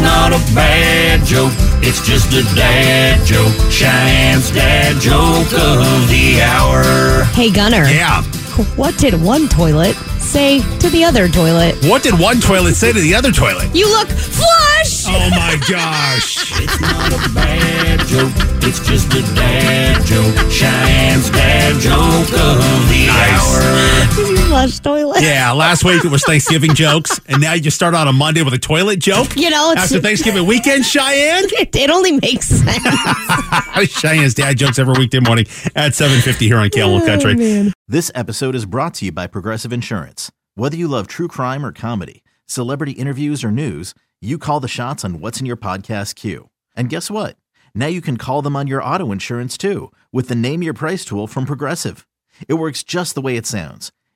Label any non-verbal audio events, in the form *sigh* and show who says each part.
Speaker 1: not a bad joke. It's just a dad joke. Cheyenne's dad joke of the hour.
Speaker 2: Hey, Gunner.
Speaker 3: Yeah.
Speaker 2: What did one toilet say to the other toilet?
Speaker 3: What did one toilet say to the other toilet?
Speaker 2: You look flush!
Speaker 3: Oh my gosh.
Speaker 1: It's not a bad joke. It's just a dad joke. Cheyenne's dad joke of the hour.
Speaker 2: *laughs* flush toilet.
Speaker 3: Oh. Yeah, last week it was Thanksgiving jokes, and now you start on a Monday with a toilet joke.
Speaker 2: You know, it's-
Speaker 3: after Thanksgiving weekend, Cheyenne. *laughs*
Speaker 2: It, *laughs* it only makes sense.
Speaker 3: Cheyenne's dad jokes every weekday morning at seven fifty here on
Speaker 2: Oh,
Speaker 3: Camel Country.
Speaker 4: This episode is brought to you by Progressive Insurance. Whether you love true crime or comedy, celebrity interviews or news, you call the shots on what's in your podcast queue. And guess what? Now you can call them on your auto insurance too with the Name Your Price tool from Progressive. It works just the way it sounds.